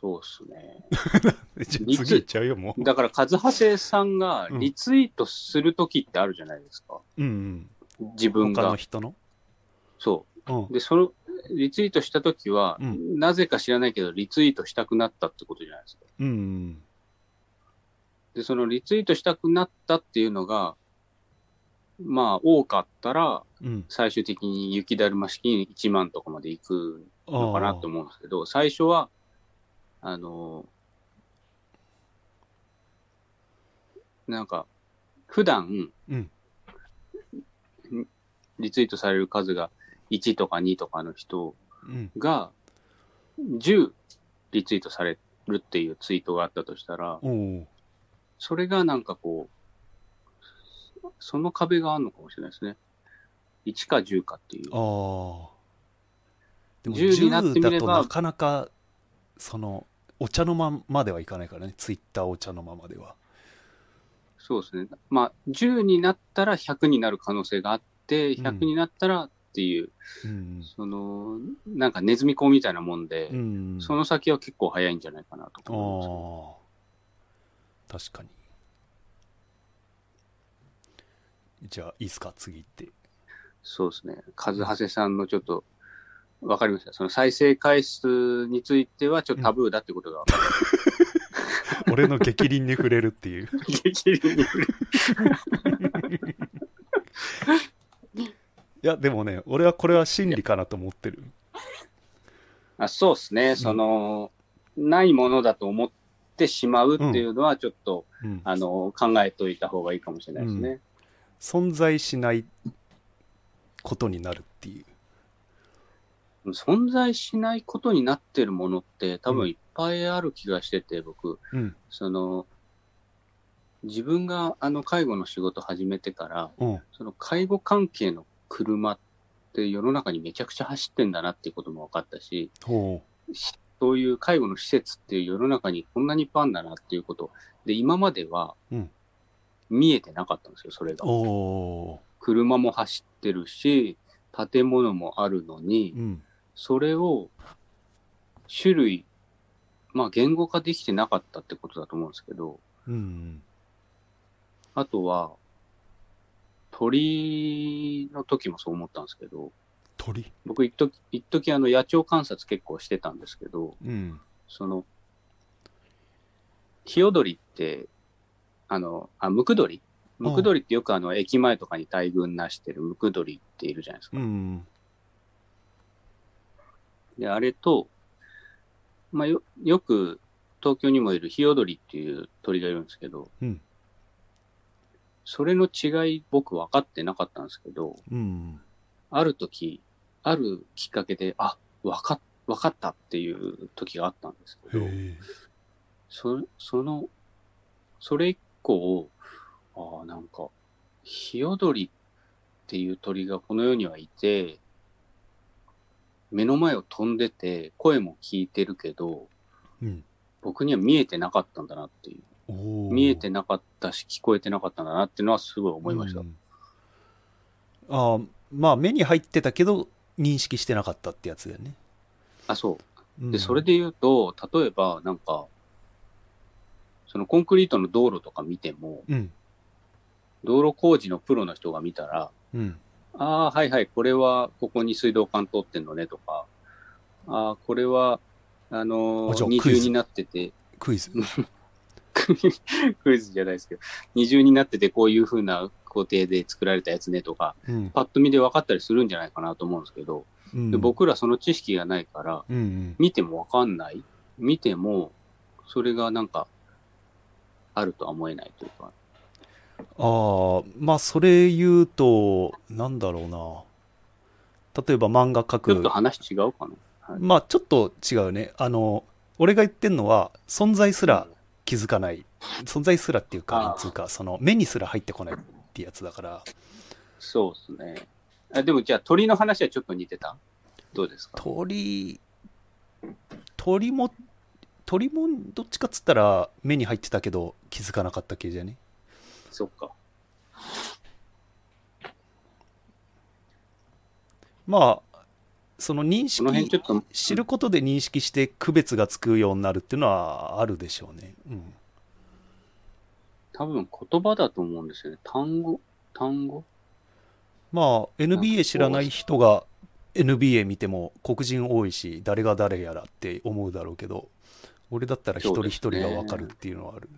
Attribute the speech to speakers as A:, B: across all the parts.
A: そうっすね。
B: じゃあ次いっちゃうよ、も
A: だから、カズハセさんがリツイートするときってあるじゃないですか。
B: う。うん
A: 自
B: う
A: 分
B: ん。他の
A: が。
B: 人の。
A: そ
B: うん
A: う。。で、その、リツイートしたときは、
B: う
A: なぜか知らないけど、リツイートしたくなったってことじゃないですか。
B: うん。
A: で、そのリツイートしたくなったっていうのが、まあ、多かったら、
B: うん。
A: 最終的に雪だるま式に1万とかまで行くのかなと
B: あ
A: 思うんですけど、最初は、あの、なんか、普段、
B: うん
A: リツイートされる数が1とか2とかの人
B: ー。うん。
A: が10リツイートされるっていうツイートがあったとしたら、
B: おお。
A: それがなんかこう、その壁があるのかもしれないですね。1か10かっていう。
B: ああ。でも
A: 10になってみ
B: 10
A: れば
B: だとなかなかそのお茶の間まではいかないからねツイッターお茶の間までは
A: そうですね。まあ、10になったら100になる可能性があって、
B: うん
A: 100になったらっていう、
B: うん
A: その、なんかネズミ講みたいなもんで、
B: うん
A: その先は結構早いんじゃないかなと思
B: ああ確かにじゃあいいっすか次行って
A: います。そうですね。カズハセさんのちょっと、わかりました。その再生回数についてはちょっとタブーだってことが分か
B: 俺の逆鱗に触れるっていう
A: り、激励に
B: いやでもね俺はこれは真理かなと思ってる
A: あそうですね。その、ないものだと思ってしまうっていうのはちょっと、
B: うん
A: あの、考えといた方がいいかもしれないですね。
B: 存在しないことになるっていう
A: 存在しないことになってるものって多分いっぱいある気がしてて、僕、
B: うん
A: その、自分があの介護の仕事始めてから、
B: うん
A: その介護関係の車って世の中にめちゃくちゃ走ってんだなっていうことも分かったし、
B: ほ
A: そういう介護の施設っていう世の中にこんなにいっぱいあるんだなっていうこと。で、今までは
B: うん
A: 見えてなかったんですよ、それが
B: う。お
A: 車も走ってるし、建物もあるのに、
B: ーうん
A: それを種類、まあ言語化できてなかったってことだと思うんですけど、
B: うん
A: あとは、鳥の時もそう思ったんですけど、
B: 鳥
A: 僕一時、一時あの野鳥観察結構してたんですけど、
B: うん
A: その、ヒヨドリって、あの、あ、ムクドリ
B: うん
A: ムクドリってよくあの駅前とかに大群なしてるムクドリっているじゃないですか
B: う。ん
A: で、あれと、まあ、よ、よく東京にもいるヒヨドリっていう鳥がいるんですけど、
B: うん
A: それの違い僕分かってなかったんですけど、
B: うん
A: ある時、あるきっかけで、あ、分かっ、分かったっていう時があったんですけ
B: へ
A: ど、
B: え
A: そその、それ以降、ああ、なんか、ヒヨドリっていう鳥がこの世にはいて、目の前を飛んでて、声も聞いてるけど、
B: うん
A: 僕には見えてなかったんだなっていう。
B: おー
A: 見えてなかったし、聞こえてなかったんだなっていうのはすごい思いました。
B: うんああまあ目に入ってたけど認識してなかったってやつだよね、
A: あ、そう。
B: うん
A: で、それで言うと、例えば、なんか、そのコンクリートの道路とか見ても、
B: うん
A: 道路工事のプロの人が見たら、
B: うん
A: ああ、はいはい、これは、ここに水道管通ってんのねとか、ああ、これは、あの
B: あじゃ
A: ー
B: あ
A: 二
B: クイ
A: 重
B: ズ
A: になってて、
B: クイズ
A: クイズじゃないですけど、二重になっててこういう風な工程で作られたやつねとか、
B: うん、
A: パッと見で分かったりするんじゃないかなと思うんですけど、
B: うん
A: で僕らその知識がないから、
B: うんうん
A: 見ても分かんない見ても、それがなんか、あるとは思えないというか、
B: ああまあそれ言うとなんだろうな例えば漫画描
A: ちょっ
B: く
A: と話違うかな。
B: まあちょっと違うねあの俺が言ってんのは存在すら気づかない存在すらっていうか
A: ああ
B: なんつうかその目にすら入ってこないってやつだから
A: そうですね。あでもじゃあ鳥の話はちょっと似てたどうですか
B: 鳥鳥も鳥もどっちかっつったら目に入ってたけど気づかなかった系じゃね
A: そっか。
B: まあその認
A: この辺ち
B: 識
A: ょっと、
B: 知ることで認識して区別がつくようになるっていうのはあるでしょうね。うん、
A: 多分言葉だと思うんですよね。単語単語
B: まあ
A: なんかこ
B: NBA
A: う
B: 知らない人が NBA 見ても黒人多いし誰が誰やらって思うだろうけど俺だったら一人一人が分かるっていうのはある。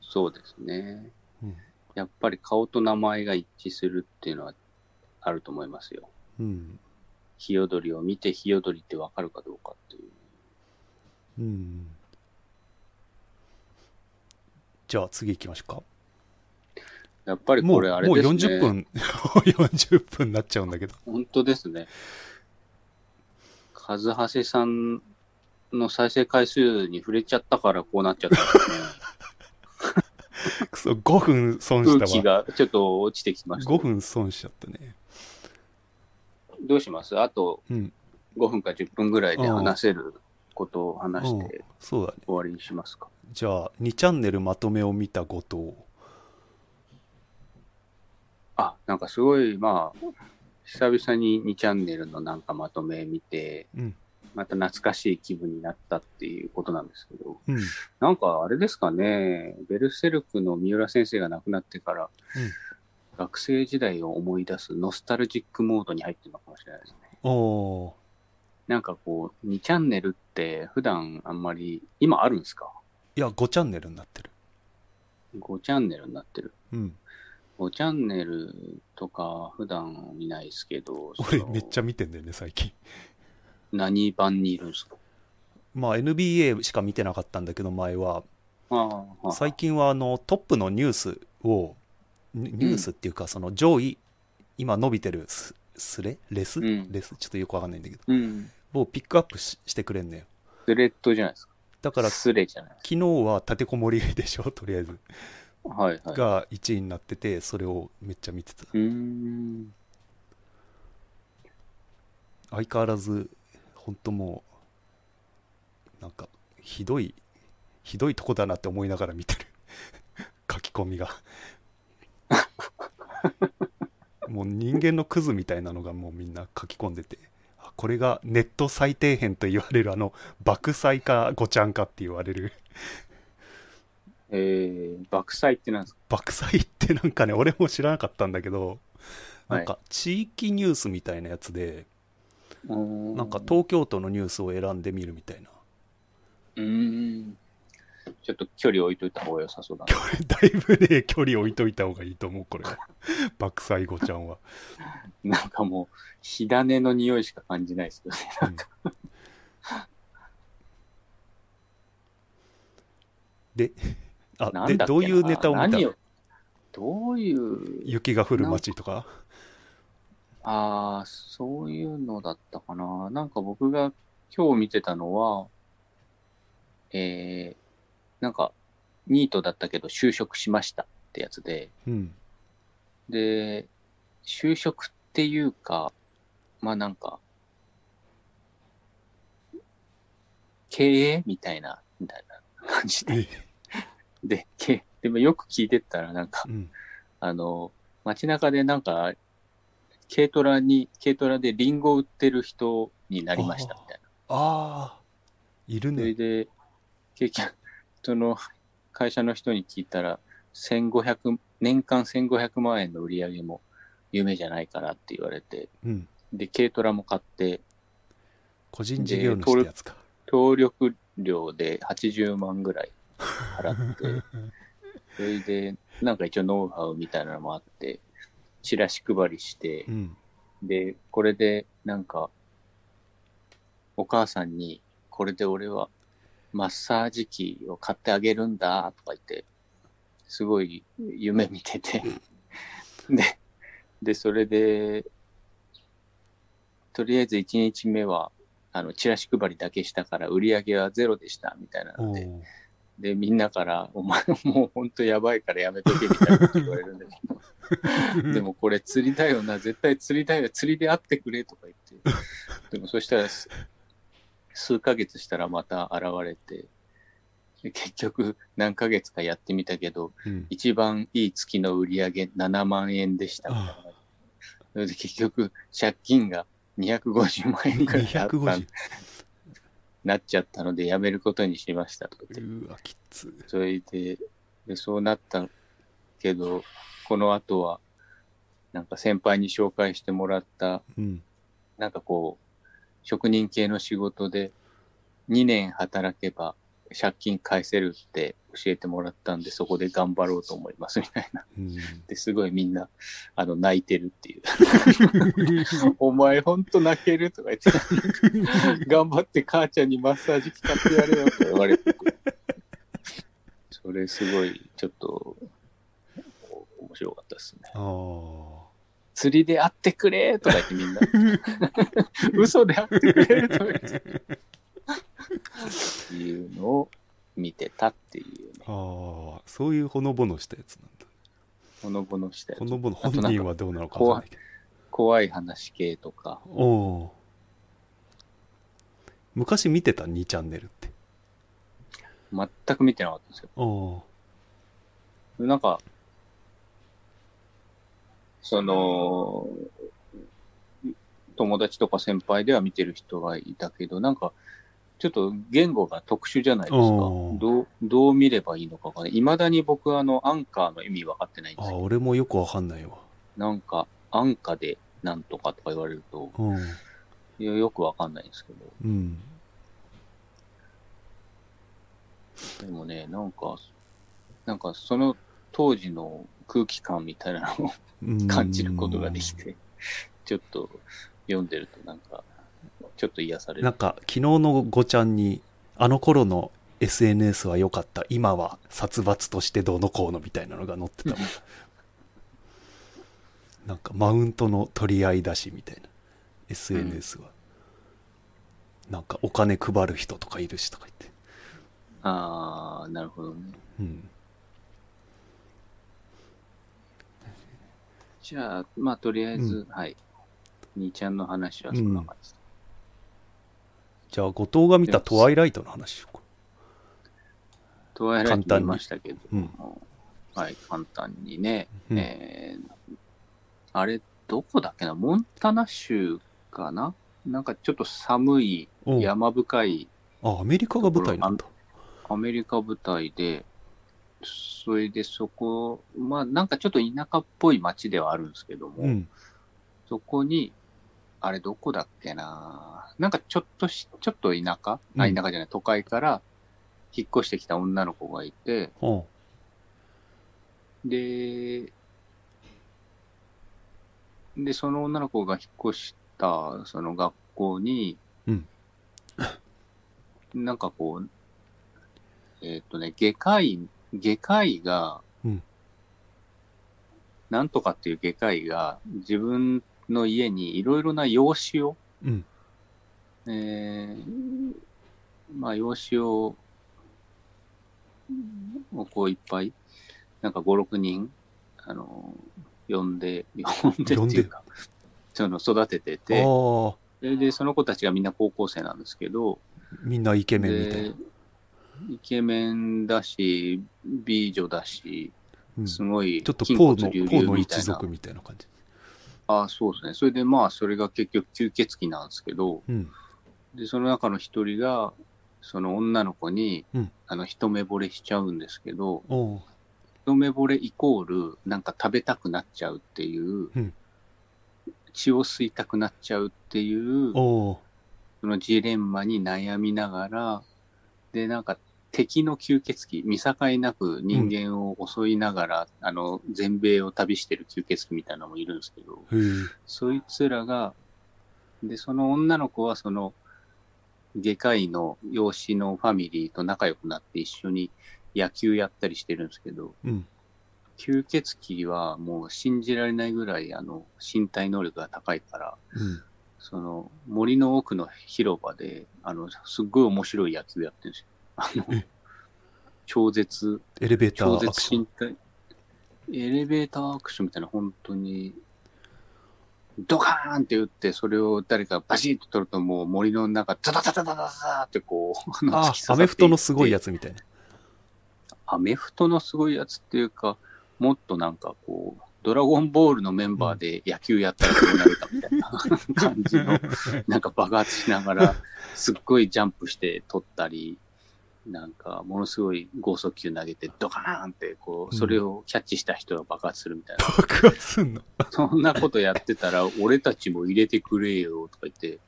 A: そうですね。
B: うん
A: やっぱり顔と名前が一致するっていうのはあると思いますよ。
B: うん
A: ヒヨドリを見てヒヨドリってわかるかどうかっていう。
B: うん、じゃあ次行きましょうか。
A: やっぱり
B: も
A: こ
B: う
A: れあれ
B: もう
A: ですね。
B: 40。分 40分になっちゃうんだけど。
A: 本当ですね。カズハセさんの再生回数に触れちゃったからこうなっちゃったんですね。
B: くそ5分損し
A: 空
B: た
A: 気
B: わ。
A: がちょっと落ちてきました。
B: 5分損しちゃったね。
A: どうしますあと
B: うん
A: 5分か10分ぐらいで話せることを話し
B: う
A: て
B: そうだね。
A: 終わりにしますか。
B: じゃあ2チャンネルまとめを見た後藤。
A: あ、なんかすごい、まあ、久々に2チャンネルのなんかまとめ見て、
B: うん
A: また懐かしい気分になったっていうことなんですけど、
B: うん
A: なんかあれですかね、ベルセルクの三浦先生が亡くなってから、
B: うん
A: 学生時代を思い出すノスタルジックモードに入ってるのかもしれないですね。
B: おー
A: なんかこう、2チャンネルって普段あんまり、今あるんですか
B: いや5チャンネルになってる。
A: ?5 チャンネルになってる。
B: うん、
A: 5チャンネルとか普段見ないですけど、
B: 俺
A: その
B: めっちゃ見てんだよね最近
A: 何番にいるんですか
B: まあ NBA しか見てなかったんだけど前は
A: ああ、はい
B: 最近はあのトップのニュースをニニュースっていうかその上位、今伸びてるススレレス、
A: うん
B: レスちょっとよくわかんないんだけど
A: うん。
B: をピックアップししてくれんねよ
A: スレッドじゃないですか。
B: だから昨
A: スレじゃないです
B: 日は立てこもりでしょとりあえず
A: か。はいはい。う
B: が1位になっててそれをめっちゃ見てた
A: ーん。
B: 相変わらず本当もうなんかひどいひどいとこだなって思いながら見てる 書き込みがもう人間のクズみたいなのがもうみんな書き込んでてあこれがネット最底辺と言われるあの爆災かごちゃんかって言われる
A: えー、爆災ってなんですか
B: 爆災ってなんかね俺も知らなかったんだけどなんか地域ニュースみたいなやつで、
A: うーん
B: なんか東京都のニュースを選んでみるみたいな
A: うーん。ちょっと距離置いといた方が良さそうだな。
B: これ だいぶね距離置いといた方がいいと思うこれ は爆災後ちゃんは、
A: なんかもう、火種の匂いしか感じないですけどね。
B: うんであ
A: なん
B: で
A: だっけな
B: どういうネタを見
A: 何
B: た
A: をどういう、
B: 雪が降る街とか
A: ああ、そういうのだったかな。なんか僕が今日見てたのは、えー、なんか、ニートだったけど就職しましたってやつで、
B: うん
A: で、就職っていうか、まあなんか、経営みたいな、みたいな感じで。
B: え
A: で、けでもよく聞いてったら、なんか
B: う、ん
A: あの、街中でなんか、軽トラに、軽トラでリンゴを売ってる人になりましたみたいな。
B: ああいる
A: それ
B: ね
A: で、結局、その会社の人に聞いたら、1500、年間1500万円の売り上げも夢じゃないからって言われて、
B: うん
A: で、軽トラも買って、
B: 個人事業主ってやつか
A: 協力料で80万ぐらい払 って、それで、なんか一応ノウハウみたいなのもあって、チラシ配りして
B: う、ん
A: で、これで、なんか、お母さんに、これで俺はマッサージ機を買ってあげるんだ、とか言って、すごい夢見てて。 で、で、それで、とりあえず1日目は、あの、チラシ配りだけしたから売り上げはゼロでした、みたいな
B: お
A: ので、
B: ー
A: で、みんなから、お前もう本当やばいからやめとけ、みたいなこと言われるんだけど。でもこれ釣りだよな、絶対釣りだよ、釣りで会ってくれとか言って。でもそしたらす、数ヶ月したらまた現れて、で結局何ヶ月かやってみたけど、
B: うん
A: 一番いい月の売り上げ7万円でしたみたいな。それで結局借金が250万円くらいあった
B: 250
A: なっちゃったので、やめることにしましたとか言って
B: うわきつ
A: それで、でそうなったけど、この後は、なんか先輩に紹介してもらった、
B: うん
A: なんかこう、職人系の仕事で、2年働けば借金返せるって教えてもらったんで、そこで頑張ろうと思いますみたいな。
B: うん
A: で、すごいみんな、あの、泣いてるって いう。お前ほんと泣けるとか言って、 頑張って母ちゃんにマッサージ機買ってやれよって言われて、それすごいちょっと面白かったですね。
B: ああ
A: 釣りで会ってくれとか言って みんな、嘘で会ってくれとか言って。っていうのを見てたっていうね、
B: あーそういうほのぼのしたやつなんだ
A: ほのぼのしたや
B: ほ
A: つ
B: のぼの
A: あ
B: 本
A: となんか
B: 人はどうなのかわかんないけど
A: 怖い話系とか、
B: おお昔見てた2チャンネルって
A: 全く見てなかったんですよ。
B: おお
A: なんか、その、友達とか先輩では見てる人がいたけど、なんか、ちょっと言語が特殊じゃないですか。
B: おー
A: どう、どう見ればいいのかがね。未だに僕はあの、アンカーの意味分かってないんで
B: あ
A: す
B: ー
A: よ。
B: 俺もよくわかんないわ
A: なんか、アンカーでなんとかとか言われると、
B: うん
A: いやよく分かんないんですけ
B: うん
A: ど。でもね、なんか、なんかその当時の空気感みたいなのを
B: うん
A: 感じることができて、ちょっと読んでるとなんか、ちょっと癒され
B: なん
A: る。
B: か昨日のごちゃんにあの頃の SNS は良かった今は殺伐としてどうのこうのみたいなのが載ってた もんなんかマウントの取り合いだしみたいな SNS は、なんかお金配る人とかいるしとか言って
A: ああ、なるほどね。
B: うん
A: じゃあ、まあとりあえず、はい。兄ちゃんの話はそんな感じです、
B: じゃあ後藤が見た「トワイライト」の話しようか
A: トワイライト見ましたけど、
B: 簡単に
A: はい、簡単にね、
B: うん
A: えーあれ、どこだっけな、モンタナ州かななんかちょっと寒い、
B: おう
A: 山深い
B: あアメリカが舞台なんだ
A: アメリカ舞台で、それでそこ、まあなんかちょっと田舎っぽい町ではあるんですけども、
B: うん
A: そこに、あれどこだっけななんかちょっとし、ちょっと田舎、あ、
B: うん
A: 田舎じゃない、都会から引っ越してきた女の子がいて、
B: おう
A: で、で、その女の子が引っ越した、その学校に、
B: うん
A: なんかこう、えーっ、とね、外科医、外科医が、
B: うん
A: なんとかっていう外科医が、自分の家にいろいろな用紙を、
B: うん
A: えーまあ、用紙を、をこういっぱい、なんか5、6人、あの、呼んで、呼んでっていうか、その育てて
B: あ
A: て、
B: ー
A: それでその子たちがみんな高校生なんですけど、
B: みんなイケメンみたい
A: で
B: な、
A: イケメンだし、美女だし、
B: うん
A: す
B: ちょ
A: ごい、
B: っと
A: 筋
B: ポ
A: 骨
B: ー
A: 隆々
B: のポーの
A: みた
B: 一
A: いな
B: 族。みたいな感じ
A: あそうですね。それでまあ、それが結局吸血鬼なんですけど、
B: うん
A: で、その中の一人が、その女の子に、
B: うん
A: あの、一目惚れしちゃうんですけど、
B: おう
A: 一目惚れイコール、なんか食べたくなっちゃうっていう、
B: うん
A: 血を吸いたくなっちゃうっていう、
B: おう
A: そのジレンマに悩みながら、で、なんか敵の吸血鬼、見境なく人間を襲いながら、あの、全米を旅してる吸血鬼みたいなのもいるんですけど、
B: へえ
A: そいつらが、で、その女の子はその、外科医の養子のファミリーと仲良くなって一緒に野球やったりしてるんですけど、
B: うん
A: 吸血鬼はもう信じられないぐらいあの身体能力が高いから、
B: うん
A: その森の奥の広場で、あの、すっごい面白い野球やってるんですよ。あの
B: え、
A: 超絶、
B: エレベータ
A: 超
B: ーアク
A: 絶
B: ション
A: 身体、エレベーターアクションみたいな、本当に、ドカーンって打って、それを誰かバシッと取ると、もう森の中、ザザザザザザザってこう、あの
B: あ
A: 突き刺さ
B: ア
A: ってい
B: メ
A: って
B: フトのすごいやつ みたいな
A: アメフトのすごいやつっていうか、もっとなんかこう、ドラゴンボールのメンバーで野球やったらこうなるかみたいな。感じ の、なんか爆発しながら、すっごいジャンプして取ったり、なんか、ものすごい剛速球投げて、ドカーンって、こう、それをキャッチした人が爆発するみたいな。
B: 爆発すんの
A: そんなことやってたら、俺たちも入れてくれよ、とか言って、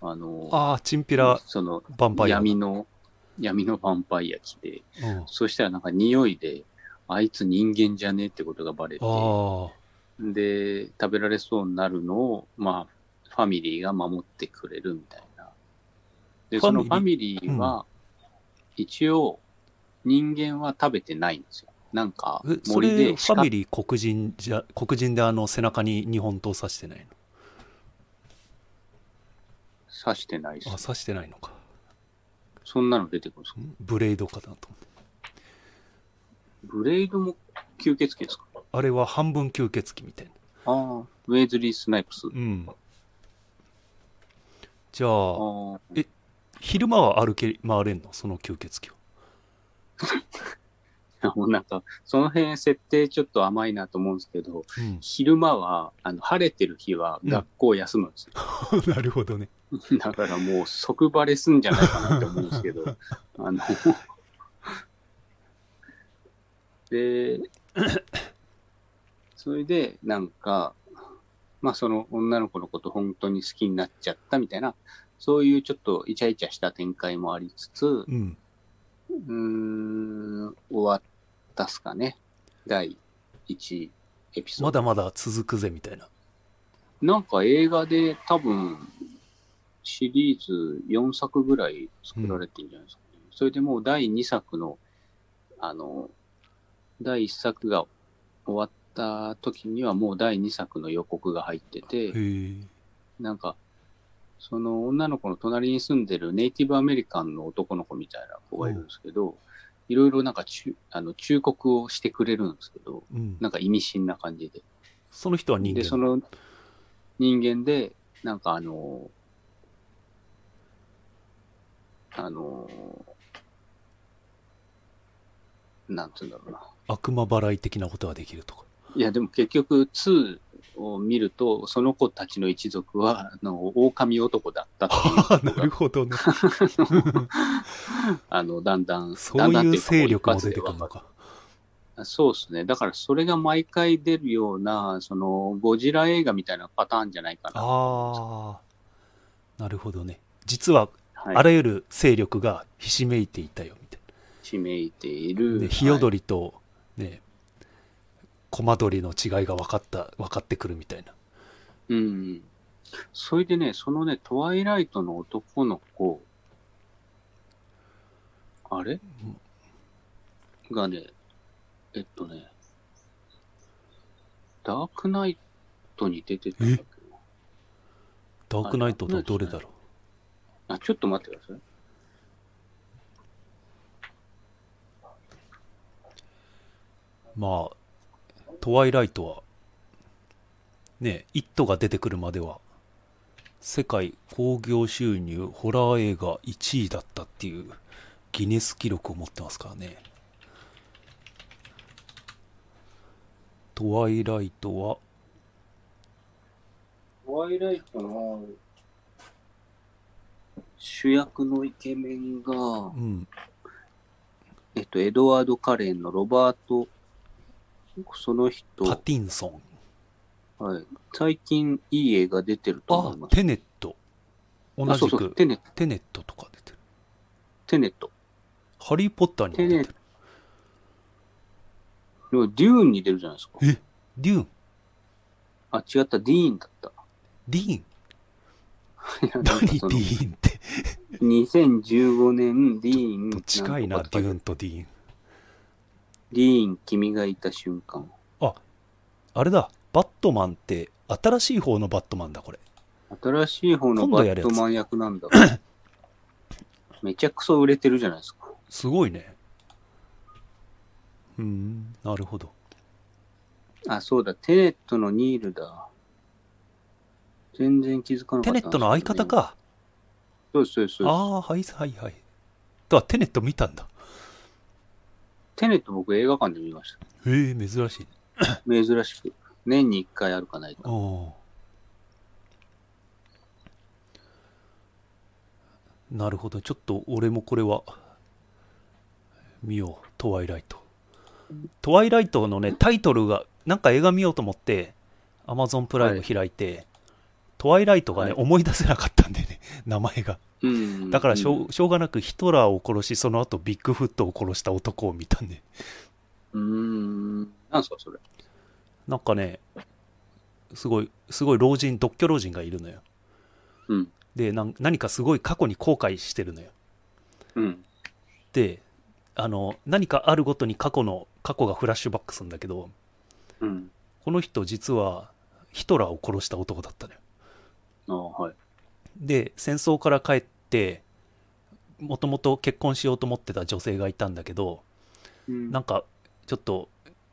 A: あの、
B: ああチンピラ
A: その、
B: ヴァンパイアだ
A: 闇の、闇のヴァンパイア来て、
B: うん、あ
A: そしたらなんか匂いで、あいつ人間じゃねえってことがバレて、
B: あ
A: で、食べられそうになるのを、まあ、ファミリーが守ってくれるみたいな。で、
B: ファ
A: その
B: ミリー
A: ファミリーは、一応、人間は食べてないんですよ。なんか
B: え、そ
A: 森
B: れ
A: で
B: ファ
A: 鹿
B: ミリー黒人じゃ黒人であの背中に日本刀刺してない
A: 刺してないし
B: のあ、刺してないのか
A: そんなの出てくるんですか
B: んブレードかなと思って
A: ブレイドも吸血鬼ですか
B: あれは半分吸血鬼みたいな
A: ああ、ウェイズリー・スナイプス。
B: うんじゃ
A: あ
B: あ
A: あ、
B: 昼間は歩き回れんのその吸血鬼は
A: もうなんか、その辺設定ちょっと甘いなと思うんですけど、
B: うん
A: 昼間は、あの、晴れてる日は学校休むんですよ。
B: なるほどね。
A: だからもう即バレすんじゃないかなって思うんですけど、あの、で、それで、なんか、まあその女の子のこと本当に好きになっちゃったみたいな、そういうちょっとイチャイチャした展開もありつつ、う
B: うん。
A: ーん、終わったっすかね。第1エピソード。
B: まだまだ続くぜみたいな。
A: なんか映画で多分シリーズ4作ぐらい作られてるんじゃないですかね。それでもう第2作の、あの、第1作が終わった時にはもう第2作の予告が入って
B: へ
A: て、
B: え。
A: なんか、その女の子の隣に住んでるネイティブアメリカンの男の子みたいな子がいるんですけど、いろいろなんか中あの忠告をしてくれるんですけど、
B: うん。
A: なんか意味深な感じで。
B: その人は人間。
A: で、その人間で、なんかあの、あの、なんつうんだろうな。
B: 悪魔払い的なことができるとか。
A: いや、でも結局、2を見ると、その子たちの一族は、あの、狼男だったって
B: ああ、
A: い
B: な
A: うの
B: る
A: が、
B: ほどね。
A: あの、だんだん、
B: そ
A: だん
B: う
A: だん
B: い
A: っ
B: う
A: てかもう
B: 勢
A: 一
B: 力も
A: 発
B: 出
A: で
B: てくる
A: 分か
B: の
A: る
B: か。
A: そうですね。だから、それが毎回出るような、その、ゴジラ映画みたいなパターンじゃないかな。
B: ああ。なるほどね。実は、
A: はい、
B: あらゆる勢力がひしめいていたよ、みたい
A: ひめいてい
B: な。
A: る。
B: で、ヒヨドリと、ね、コマドリの違いが分かった、分かってくるみたいな。
A: うん。それでね、そのね、トワイライトの男の子、あれがね、えっとね、ダークナイトに出てたんだけど
B: ダークナイトのどれだろ
A: なあ、ちょっと待ってください。
B: う。まあ、トワイライトは、ね、イットが出てくるまでは、世界興行収入ホラー映画1位だったっていうギネス記録を持ってますからね。トワイライトは、
A: トワイライトの主役のイケメンが
B: う、ん、
A: えっと、エドワード・カレンのロバート、その人、
B: パティンソン。
A: はい、最近いい映画出てると思
B: あ
A: いま、す。
B: テネット。同
A: あ
B: じ
A: そう
B: く
A: そうテネ
B: テネットとか出てる。
A: テネット。
B: ハリー・ポッターにも出てる。
A: でもデューンに出るじゃないですか
B: え。デューン、
A: あ、違った、ディーンだった。
B: ディーン。
A: なんか
B: 何ディ
A: その
B: ーンって。
A: 2015年、ディーン。
B: 近いな、
A: ん
B: デ
A: とか
B: ューンとディーン。
A: ディーン、君がいた瞬間。
B: あれだ、バットマンって、新しい方のバットマンだ、これ。
A: 新しい方の
B: 今
A: バ
B: 度やる
A: ッ
B: やつ
A: トマン役なん だ。めちゃくそ売れてるじゃないですか。
B: すごいね。うーん、なるほど。
A: あ、そうだ、テネットのニールだ。全然気づかなかった
B: テ
A: ん
B: ネ
A: ですけどね、
B: ットの相方か。
A: そうです。そうです、そうです。
B: ああー、はい、はい、はい。とは、テネット見たんだ。
A: テネット僕映画館で見ました。
B: へえ珍しいね。
A: 珍しく。年に1回あるかないか。
B: ああ。なるほど。ちょっと俺もこれは見よう。トワイライト。トワイライトのね、タイトルが、なんか映画見ようと思って、Amazon プライム開いて、トワイライトがね、
A: はい
B: 思い出せなかったんでね、 名前が。
A: うん
B: だからしょ,、
A: う
B: うしょうがなくヒトラーを殺し、その後ビッグフットを殺した男を見たんで、
A: ーん。なんすか、それ。
B: なんかね、すごい、すごい老人、独居老人がいるのよ。
A: うん。
B: で、なん何かすごい過去に後悔してるのよ。
A: うん。
B: で、あの、何かあるごとに過去の、過去がフラッシュバックするんだけど、
A: うん。
B: この人実はヒトラーを殺した男だったのよ。
A: ああ、はい。
B: で戦争から帰ってもともと結婚しようと思ってた女性がいたんだけど
A: うん
B: なんかちょっと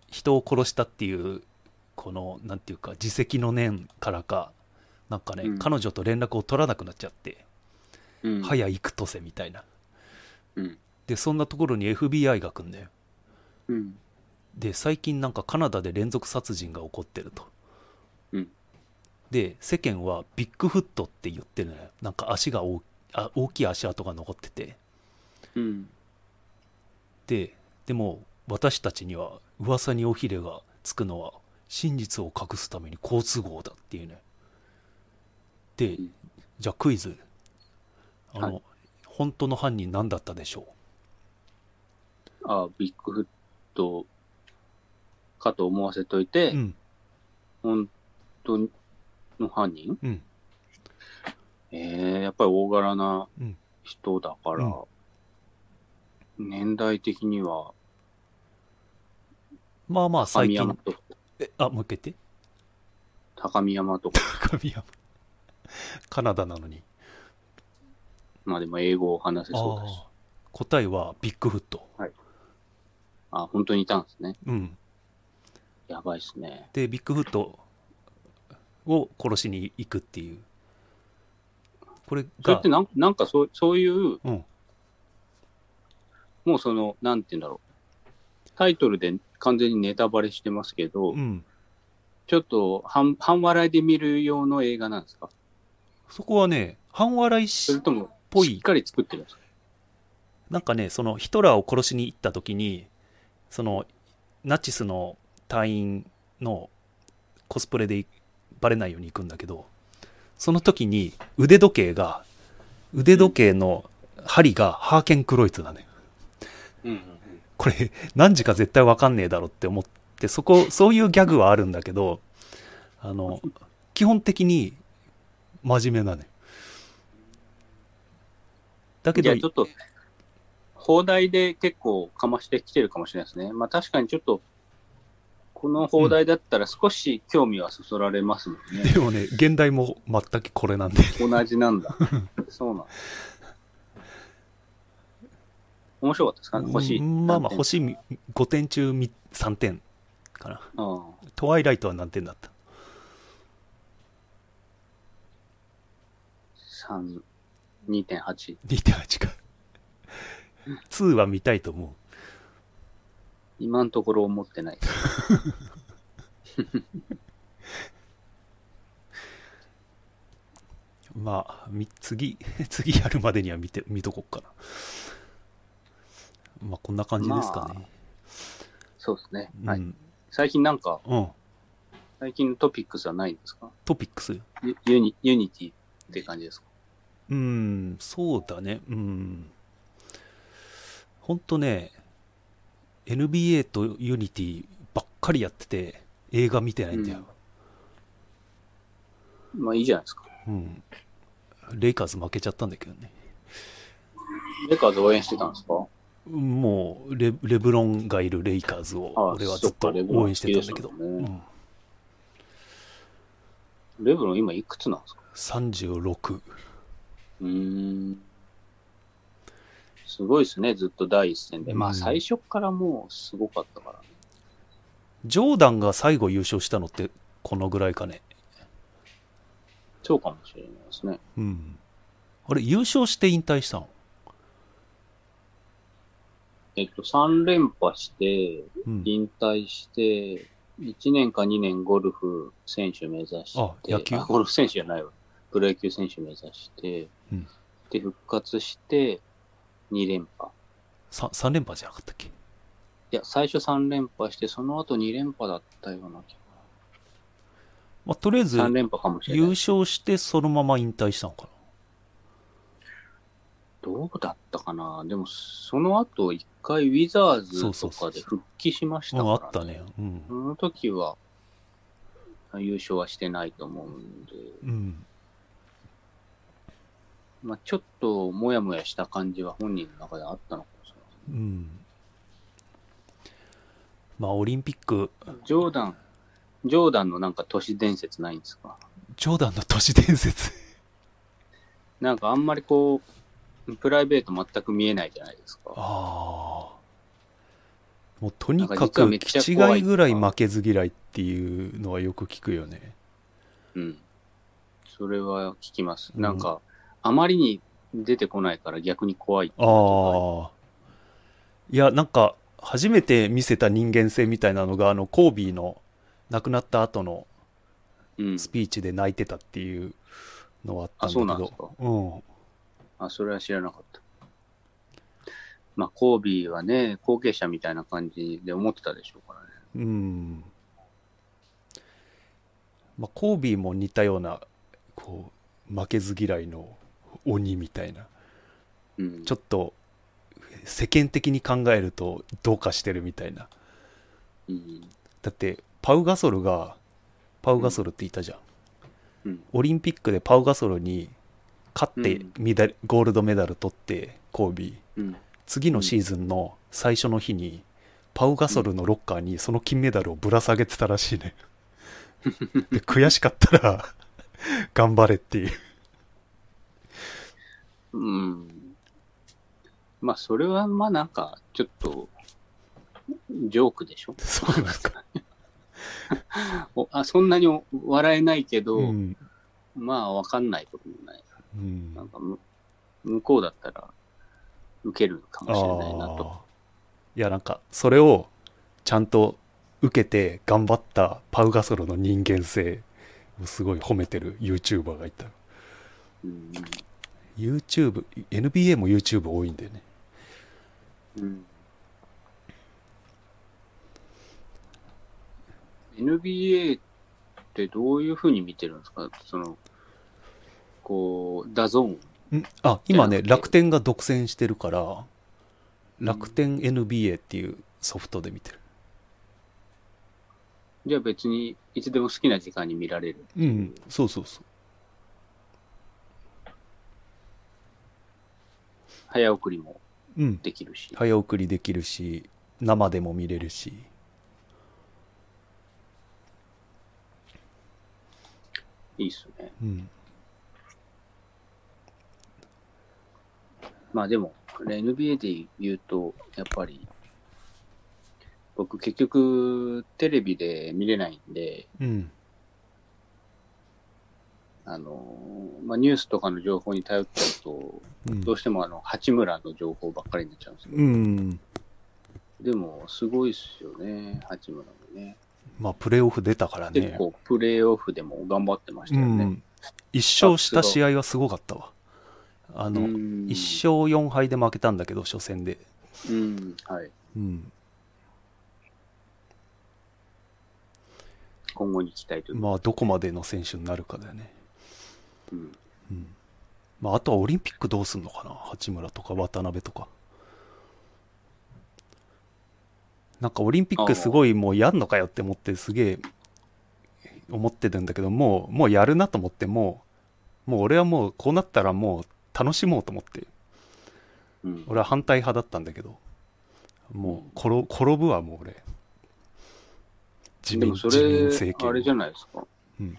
B: 人を殺したっていうこのなんていうか自責の念からかなんかね、
A: うん
B: 彼女と連絡を取らなくなっちゃって、
A: うん、
B: 早行くとせみたいな
A: うん。
B: でそんなところに FBI が来んだよ
A: うん。
B: で最近なんかカナダで連続殺人が起こってると、
A: うん
B: で世間はビッグフットって言ってるのよなんか足が大あ大きい足跡が残ってて
A: うん。
B: ででも私たちには噂に尾ひれがつくのは真実を隠すために好都合だっていうねで
A: うん
B: じゃあクイズあの、
A: は
B: 本当の犯人何だったでしょ
A: ああ、ビッグフットかと思わせといて、
B: ううん
A: 本当の犯人
B: うん
A: ええやっぱり大柄な
B: うん
A: 人だから、年代的には、
B: まあまあ
A: 高
B: 最
A: 見山
B: 近
A: とか、
B: えあもう一回言って
A: 高見山とか、
B: 高宮カナダなのに
A: まあでも英語を話せそうだし、
B: あー答えはビッグフット
A: ああ、本当にいたんですね。
B: うん
A: やばいっすね。
B: でビッグフットを殺しに行くっていうこれ
A: それっ
B: が
A: てなんなんかそうそういう、
B: うん
A: もうその、なんて言うんだろう。タイトルで完全にネタバレしてますけど、
B: うん
A: ちょっと半半笑いで見る用の映画なんですか
B: そこはね半笑い
A: そ
B: し
A: れとも、
B: ぽい
A: しっかり作ってるんですか
B: なんかねそのヒトラーを殺しに行った時にそのナチスの隊員のコスプレでバレないように行くんだけどその時に腕時計が腕時計の針がハーケンクロイツだね
A: うんうん
B: これ何時か絶対わかんねえだろって思ってそこそういうギャグはあるんだけどあの基本的に真面目なねだ
A: う
B: け
A: ん。じ
B: ど
A: ゃあちょっと、放題で結構かましてきてるかもしれないですね。まあ確かにちょっと、この放題だったら少し興味はそそられますもんね。
B: でもね現代も全くこれなんで
A: 同じなん だ。そうなんだ。面白かったですかね星。
B: うんまあまあ
A: 何
B: 星5点中み3点かな
A: 点。うん
B: トワイライトは何点だった
A: 三2.8。
B: 2.8か2は見たいと思う
A: 今のところ思ってない。
B: まあ、み次、 次やるまでには見て、見とこっかな。まあ、こんな感じですかね。
A: そうですね。はい。
B: うん、
A: 最近なんか、
B: うん。
A: 最近のトピックスはないんですか
B: トピックス。
A: ユユニユニティって感じですか
B: うん、そうだね。うん。ほんとね、NBA とユニティばっかりやってて、映画見てないんだよ。
A: まあいいじゃないですか。
B: うん。レイカーズ負けちゃったんだけどね。
A: レイカーズ応援してたんですか
B: もうレ、レブロンがいるレイカーズを、
A: ああ
B: 俺はずっと
A: そっかレブロン
B: 応援してたんだけど。
A: 好きですもんね
B: うん
A: レブロン今いくつなんですか
B: 36。
A: うーん。すごいですね、ずっと第一戦で。ま
B: う
A: あ
B: ん
A: 最初からもうすごかったから。
B: ジョーダンが最後優勝したのってこのぐらいかね。
A: そうかもしれないですね。
B: うん。あれ、優勝して引退したの
A: えっと、3連覇して、
B: うん。
A: 引退して、1年か2年ゴルフ選手目指して、
B: あ野球
A: ゴルフ選手じゃないわ。プロ野球選手目指して、
B: うん
A: で復活して、2連覇。
B: さ3連覇じゃなかったっけ
A: いや、最初3連覇して、その後2連覇だったような気
B: まあ、とりあえず
A: が。3連覇かもしれ
B: 優
A: ない。
B: 勝してそのまま引退したのかな
A: どうだったかなでも、その後、一回ウィザー
B: そう
A: ズと
B: そうそ
A: か
B: う
A: で復帰しました
B: う
A: か
B: ん、
A: ら、
B: あったね。うん。
A: その時は、優勝はしてないと思うんで、
B: うん。
A: まあ、ちょっともやもやした感じは本人の中であったのかもしれません
B: うん。まあ、オリンピック、
A: ジョーダン、ジョーダンのなんか都市伝説ないんですか
B: ジョーダンの都市伝説。
A: なんかあんまりこう、プライベート全く見えないじゃないですか。
B: ああ。もうとに
A: なんか
B: か
A: 実は
B: く、
A: めっちゃ
B: 気違
A: 怖い
B: いぐらい負けず嫌いっていうのはよく聞くよね。
A: うん。それは聞きます。
B: うん
A: なんか、あまりに出てこないから逆に怖い。
B: ああ。いや、なんか、初めて見せた人間性みたいなのが、あの、コービーの亡くなった後の
A: うん。
B: スピーチで泣いてたっていうのはあったんだ
A: あそうなん
B: けど。
A: ですか
B: うん
A: あ、それは知らなかった。まあ、コービーはね、後継者みたいな感じで思ってたでしょうからね。
B: うん。まあ、コービーも似たような、こう、負けず嫌いの鬼みたいな、
A: うん。
B: ちょっと世間的に考えるとどうかしてるみたいな。
A: うん。
B: だって、パウガソルが、パウガソルっていたじゃん。
A: うん。
B: オリンピックでパウガソルに勝ってメダル、ゴールドメダル取って、コービー。
A: うん。
B: 次のシーズンの最初の日に、パウ・ガソルのロッカーにその金メダルをぶら下げてた らしいね。で悔しかったら、頑張れっ ていう。
A: うん。まあ、それは、まあ、なんか、ちょっと、ジョークでしょ
B: そうなんか。
A: おあそんなにお笑えないけど、
B: うん。
A: まあ、わかんないこともない。
B: うん
A: なんかむ、向こうだったら、受けるかもしれないなと。
B: あーいや、なんか、それをちゃんと受けて頑張ったパウ・ガソルの人間性をすごい褒めてる YouTuber がいた。
A: うん。
B: YouTube、NBA も YouTube 多いんだよね。
A: うん、NBA ってどういうふうに見てるんですかその、こう、ダゾーン。
B: んあ
A: じ
B: 今
A: ゃな
B: ね
A: くて
B: 楽天が独占してるから楽天 NBA っていうソフトで見てる
A: じゃあ別に、いつでも好きな時間に見られる。
B: うんそうそうそう
A: 早送りも
B: うん
A: できるし。
B: 早送りできるし生でも見れるし
A: いいっすね。
B: うん
A: まあでも、これ NBA で言うと、やっぱり、僕結局テレビで見れないんで、
B: うん
A: あのー、まあ、ニュースとかの情報に頼っちゃうと、
B: うん
A: どうしてもあの、八村の情報ばっかりになっちゃうんですよ。
B: うん
A: でも、すごいっすよね、八村もね。
B: まあプレーオフ出たからね
A: 結構、プレーオフでも頑張ってましたよ
B: う
A: ね。
B: ん、一勝した試合はすごかったわあ
A: う
B: の、
A: ん、
B: 一勝4敗で負けたんだけど初戦で
A: うん、はい。
B: うん
A: 今後に期待というか、
B: まあどこまでの選手になるかだよね
A: うん
B: うんまあ、あとはオリンピックどうすんのかな八村とか渡辺とかなんかオリンピックすごいもうやんのかよって思ってすげえ思ってるんだけどもうもうやるなと思ってもうもう俺はもうこうなったらもう楽しもうと思って
A: うん。
B: 俺は反対派だったんだけどもう転転ぶわもう俺自
A: で
B: 民
A: もそ
B: 自民
A: れ
B: 政、権
A: あれじゃないですか。
B: うん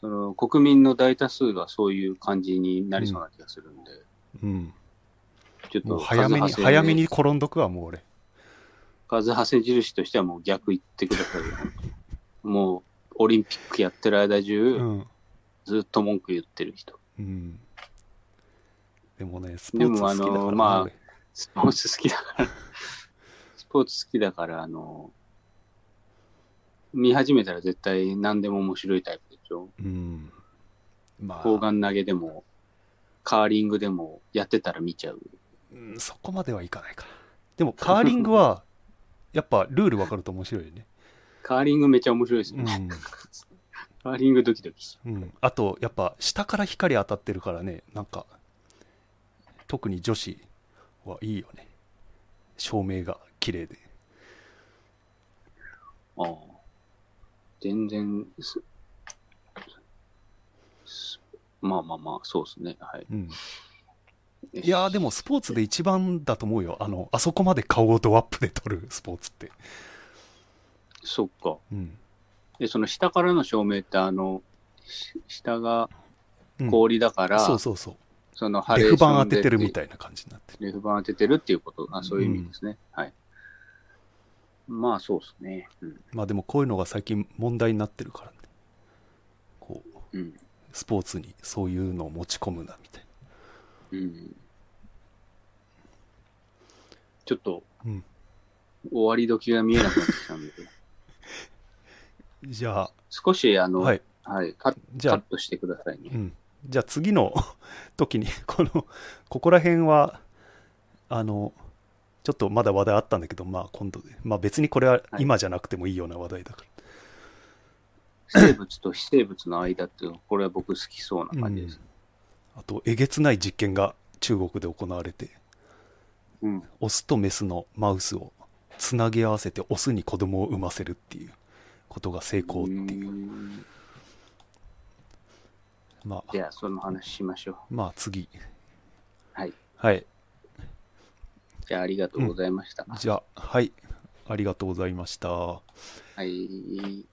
A: その国民の大多数がそういう感じになりそうな気がするんで、
B: うん、
A: ちょっ
B: も
A: と
B: う早めに
A: 数派制
B: 早めに転んどくわもう俺
A: 数派生印としてはもう逆言ってくださいよ。もうオリンピックやってる間中、
B: うん
A: ずっと文句言ってる人。
B: うんでもね、スポーツ
A: で
B: 好きだから
A: もあの
B: ね
A: まあ
B: 俺
A: スポーツ好きだから、スポーツ好きだから、あの、見始めたら絶対何でも面白いタイプでしょ。
B: うん。ま
A: 砲
B: あ、
A: 丸投げでも、カーリングでもやってたら見ちゃう。
B: うんそこまではいかないかでもカーリングはやっぱルール分かると面白いよね、
A: カーリングめちゃ面白いですね。カーリングドキドキし
B: うんうん、あとやっぱ下から光当たってるからねなんか特に女子はいいよね照明が綺麗で
A: ああ。全然す、すまあまあまあ、そうですね。はい。
B: うんいやーでもスポーツで一番だと思うよあのあそこまで顔をドアップで撮るスポーツって、
A: そっか。
B: うん
A: で、その下からの照明って、あの、し下が
B: うん
A: 氷だから、
B: そうそうそう
A: そのハ
B: レ
A: レ
B: フ板当てて
A: ーション
B: る
A: で
B: みたいな感じになってる
A: レフ板当ててるっていうこと、あそういう意味ですね。はい。まあ、そうですね。うん。
B: まあでもこういうのが最近問題になってるからねこう
A: うん。
B: スポーツにそういうのを持ち込むなみたい
A: うん、ちょっと、
B: な、うん、
A: 終わり時が見えなくなってきたんで、
B: じゃ
A: 少し、あ
B: あ
A: の、
B: は
A: はい、
B: い
A: カ
B: じゃ
A: カッ
B: あ
A: トしてくださいね。
B: うん、じゃあ次の 時にこのここら辺はあのちょっとまだ話題あったんだけどまあ今度でまあ別にこれは今じゃなくてもいいような話題だから、
A: 生物と非生物の間っていうのは、これは僕好きそうな感じです。
B: あとえげつない実験が中国で行われて
A: うん。
B: オスとメスのマウスをつなぎ合わせてオスに子供を産ませるっていうことが成功っていう、
A: うん
B: まあ
A: じゃあ、その話しましょう。
B: まあ次
A: はい。
B: はい
A: じゃあ、ありがとうございました。
B: じゃあはいありがとうございました
A: はい。